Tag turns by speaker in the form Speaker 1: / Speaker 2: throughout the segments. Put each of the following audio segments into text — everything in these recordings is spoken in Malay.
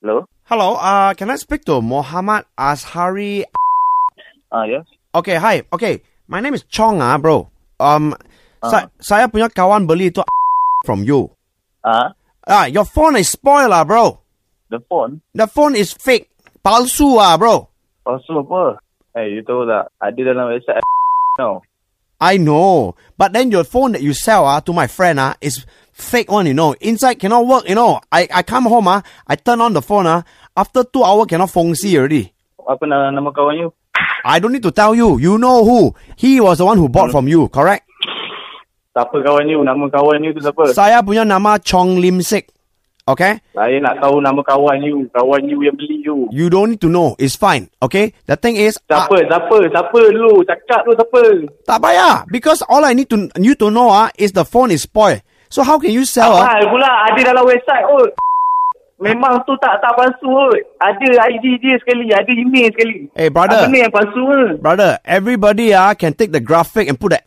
Speaker 1: Hello?
Speaker 2: Hello, uh, can I speak to Mohammed Ashari?
Speaker 1: Ah, yes.
Speaker 2: Okay, hi. Okay, my name is Chong ah, bro. Um, sa- saya punya kawan beli itu from you.
Speaker 1: Ah,
Speaker 2: Ah, your phone is spoiled ah, bro.
Speaker 1: the phone.
Speaker 2: The phone is fake. Palsu ah, bro.
Speaker 1: Palsu apa? Eh, you tahu tak? Ada dalam website no.
Speaker 2: I know. But then your phone that you sell ah, to my friend ah, is fake one, you know. Inside cannot work, you know. I, I come home ah, I turn on the phone ah. After two hour cannot phone see already.
Speaker 1: Apa nama, nama kawan you?
Speaker 2: I don't need to tell you. You know who. He was the one who bought from you, correct?
Speaker 1: Siapa kawan you? Nama kawan you tu siapa?
Speaker 2: Saya punya nama Chong Lim Sik. Okay?
Speaker 1: Saya nak tahu nama kawan you. Kawan you yang beli you.
Speaker 2: You don't need to know. It's fine. Okay? The thing is,
Speaker 1: Siapa?
Speaker 2: ah,
Speaker 1: Siapa? Siapa dulu? Cakap dulu siapa?
Speaker 2: tak payah. Because all I need to you to know ah is the phone is spoiled. So how can you sell ah?
Speaker 1: Mahal pula. Ada dalam website kot. Memang tu tak tak palsu kot. Ada ID dia sekali. Ada email sekali.
Speaker 2: Eh, brother.
Speaker 1: Apa ni yang palsu kot?
Speaker 2: Brother, everybody ah can take the graphic and put that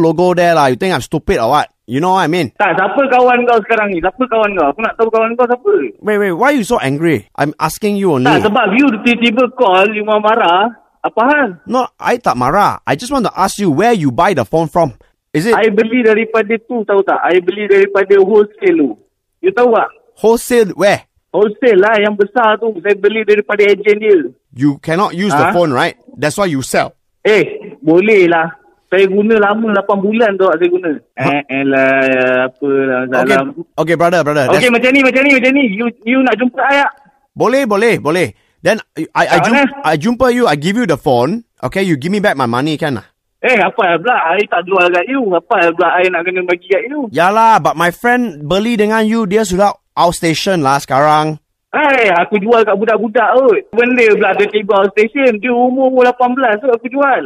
Speaker 2: logo there lah. You think I'm stupid or what? You know what I mean?
Speaker 1: Tak, siapa kawan kau sekarang ni? Siapa kawan kau? Aku nak tahu kawan kau siapa.
Speaker 2: Wait, wait. Why you so angry? I'm asking you only.
Speaker 1: Tak, sebab you tiba-tiba call, you mau marah. Apa hal?
Speaker 2: no, I tak marah. I just want to ask you where you buy the phone from. Is it
Speaker 1: I beli daripada tu, tahu tak? I beli daripada wholesale tu. You tahu tak?
Speaker 2: wholesale? Where?
Speaker 1: Wholesale lah yang besar tu. Saya beli daripada ejen dia.
Speaker 2: You cannot use
Speaker 1: Huh?
Speaker 2: the phone, right? That's why you sell.
Speaker 1: Eh, boleh lah. Saya guna lama 8 bulan tu saya guna. Eh, eh lah, apa lah.
Speaker 2: Okay,
Speaker 1: Salam.
Speaker 2: okay, brother, brother.
Speaker 1: Okay,
Speaker 2: that's-
Speaker 1: macam ni, macam ni, macam ni. You you nak jumpa saya?
Speaker 2: Boleh, boleh, boleh. Then I I
Speaker 1: Kat
Speaker 2: jump,
Speaker 1: mana?
Speaker 2: I jumpa you. I give you the phone. Okay, you give me back my money, can? ah?
Speaker 1: Eh, apa hal pula? I tak jual kat you. Apa hal pula I nak kena bagi kat you?
Speaker 2: Yalah, but my friend beli dengan you dia sudah outstation lah sekarang.
Speaker 1: Hai, aku jual kat budak-budak kot. Benda pula tiba-tiba outstation. Dia umur umur 18 tu aku jual.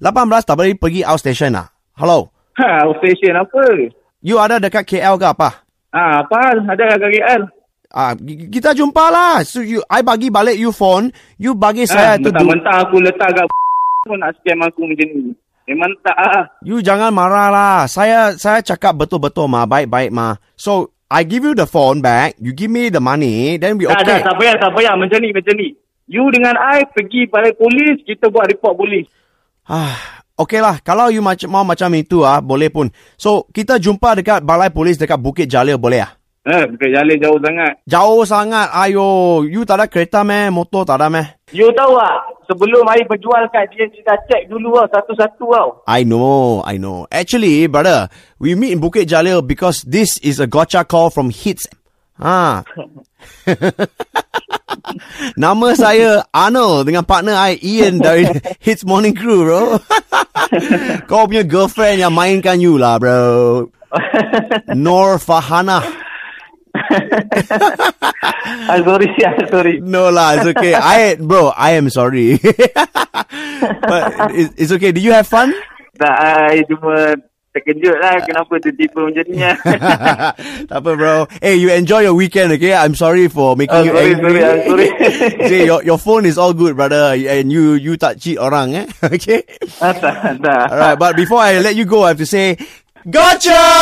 Speaker 2: 18 tak boleh pergi outstation lah. Hello.
Speaker 1: Ha, outstation apa?
Speaker 2: You ada dekat KL ke apa?
Speaker 1: Ha, apa hal? Ada kat KL?
Speaker 2: Ah, gi- kita jumpa lah. So you, I bagi balik you phone. You bagi
Speaker 1: Ha,
Speaker 2: saya tu. Du-
Speaker 1: mentah-mentah aku letak kat pun nak scam aku macam ni. Memang tak ah.
Speaker 2: you jangan marah lah. Saya saya cakap betul-betul ma. Baik-baik ma. So, I give you the phone back. You give me the money. Then we
Speaker 1: Tak, dah,
Speaker 2: okay.
Speaker 1: tak payah, tak payah. Macam ni, macam ni. You dengan I pergi balai polis, kita buat report polis.
Speaker 2: Ah, okay lah. Kalau you macam mau macam itu ah, boleh pun. So, kita jumpa dekat balai polis dekat Bukit Jalil boleh ah?
Speaker 1: Ha, bukan jalan jauh sangat.
Speaker 2: Jauh sangat. Ayo, you tak ada kereta meh? Motor tak ada meh?
Speaker 1: You tahu tak, sebelum I berjual kat dia, kita check dulu tau, satu-satu tau.
Speaker 2: I know, I know. Actually, brother, we meet in Bukit Jalil because this is a gotcha call from Hits. Ah. Nama saya Arnold dengan partner I Ian dari Hits Morning Crew, bro. Kau punya girlfriend yang mainkan you lah, bro. Nor Fahana.
Speaker 1: Ah, sorry, ah, sorry.
Speaker 2: No lah, it's okay. I bro, I am sorry. But it's, it's okay. Did you have fun?
Speaker 1: Tak, I cuma terkejut lah kenapa tiba-tiba macam ni lah.
Speaker 2: tak apa bro. Hey, you enjoy your weekend, okay? I'm sorry for making
Speaker 1: Ah,
Speaker 2: you
Speaker 1: sorry,
Speaker 2: angry.
Speaker 1: sorry, ah, sorry.
Speaker 2: Jay, your, your phone is all good, brother. And you you tak cheat orang, eh? okay?
Speaker 1: Ah, tak, tak.
Speaker 2: Alright, but before I let you go, I have to say, Gotcha!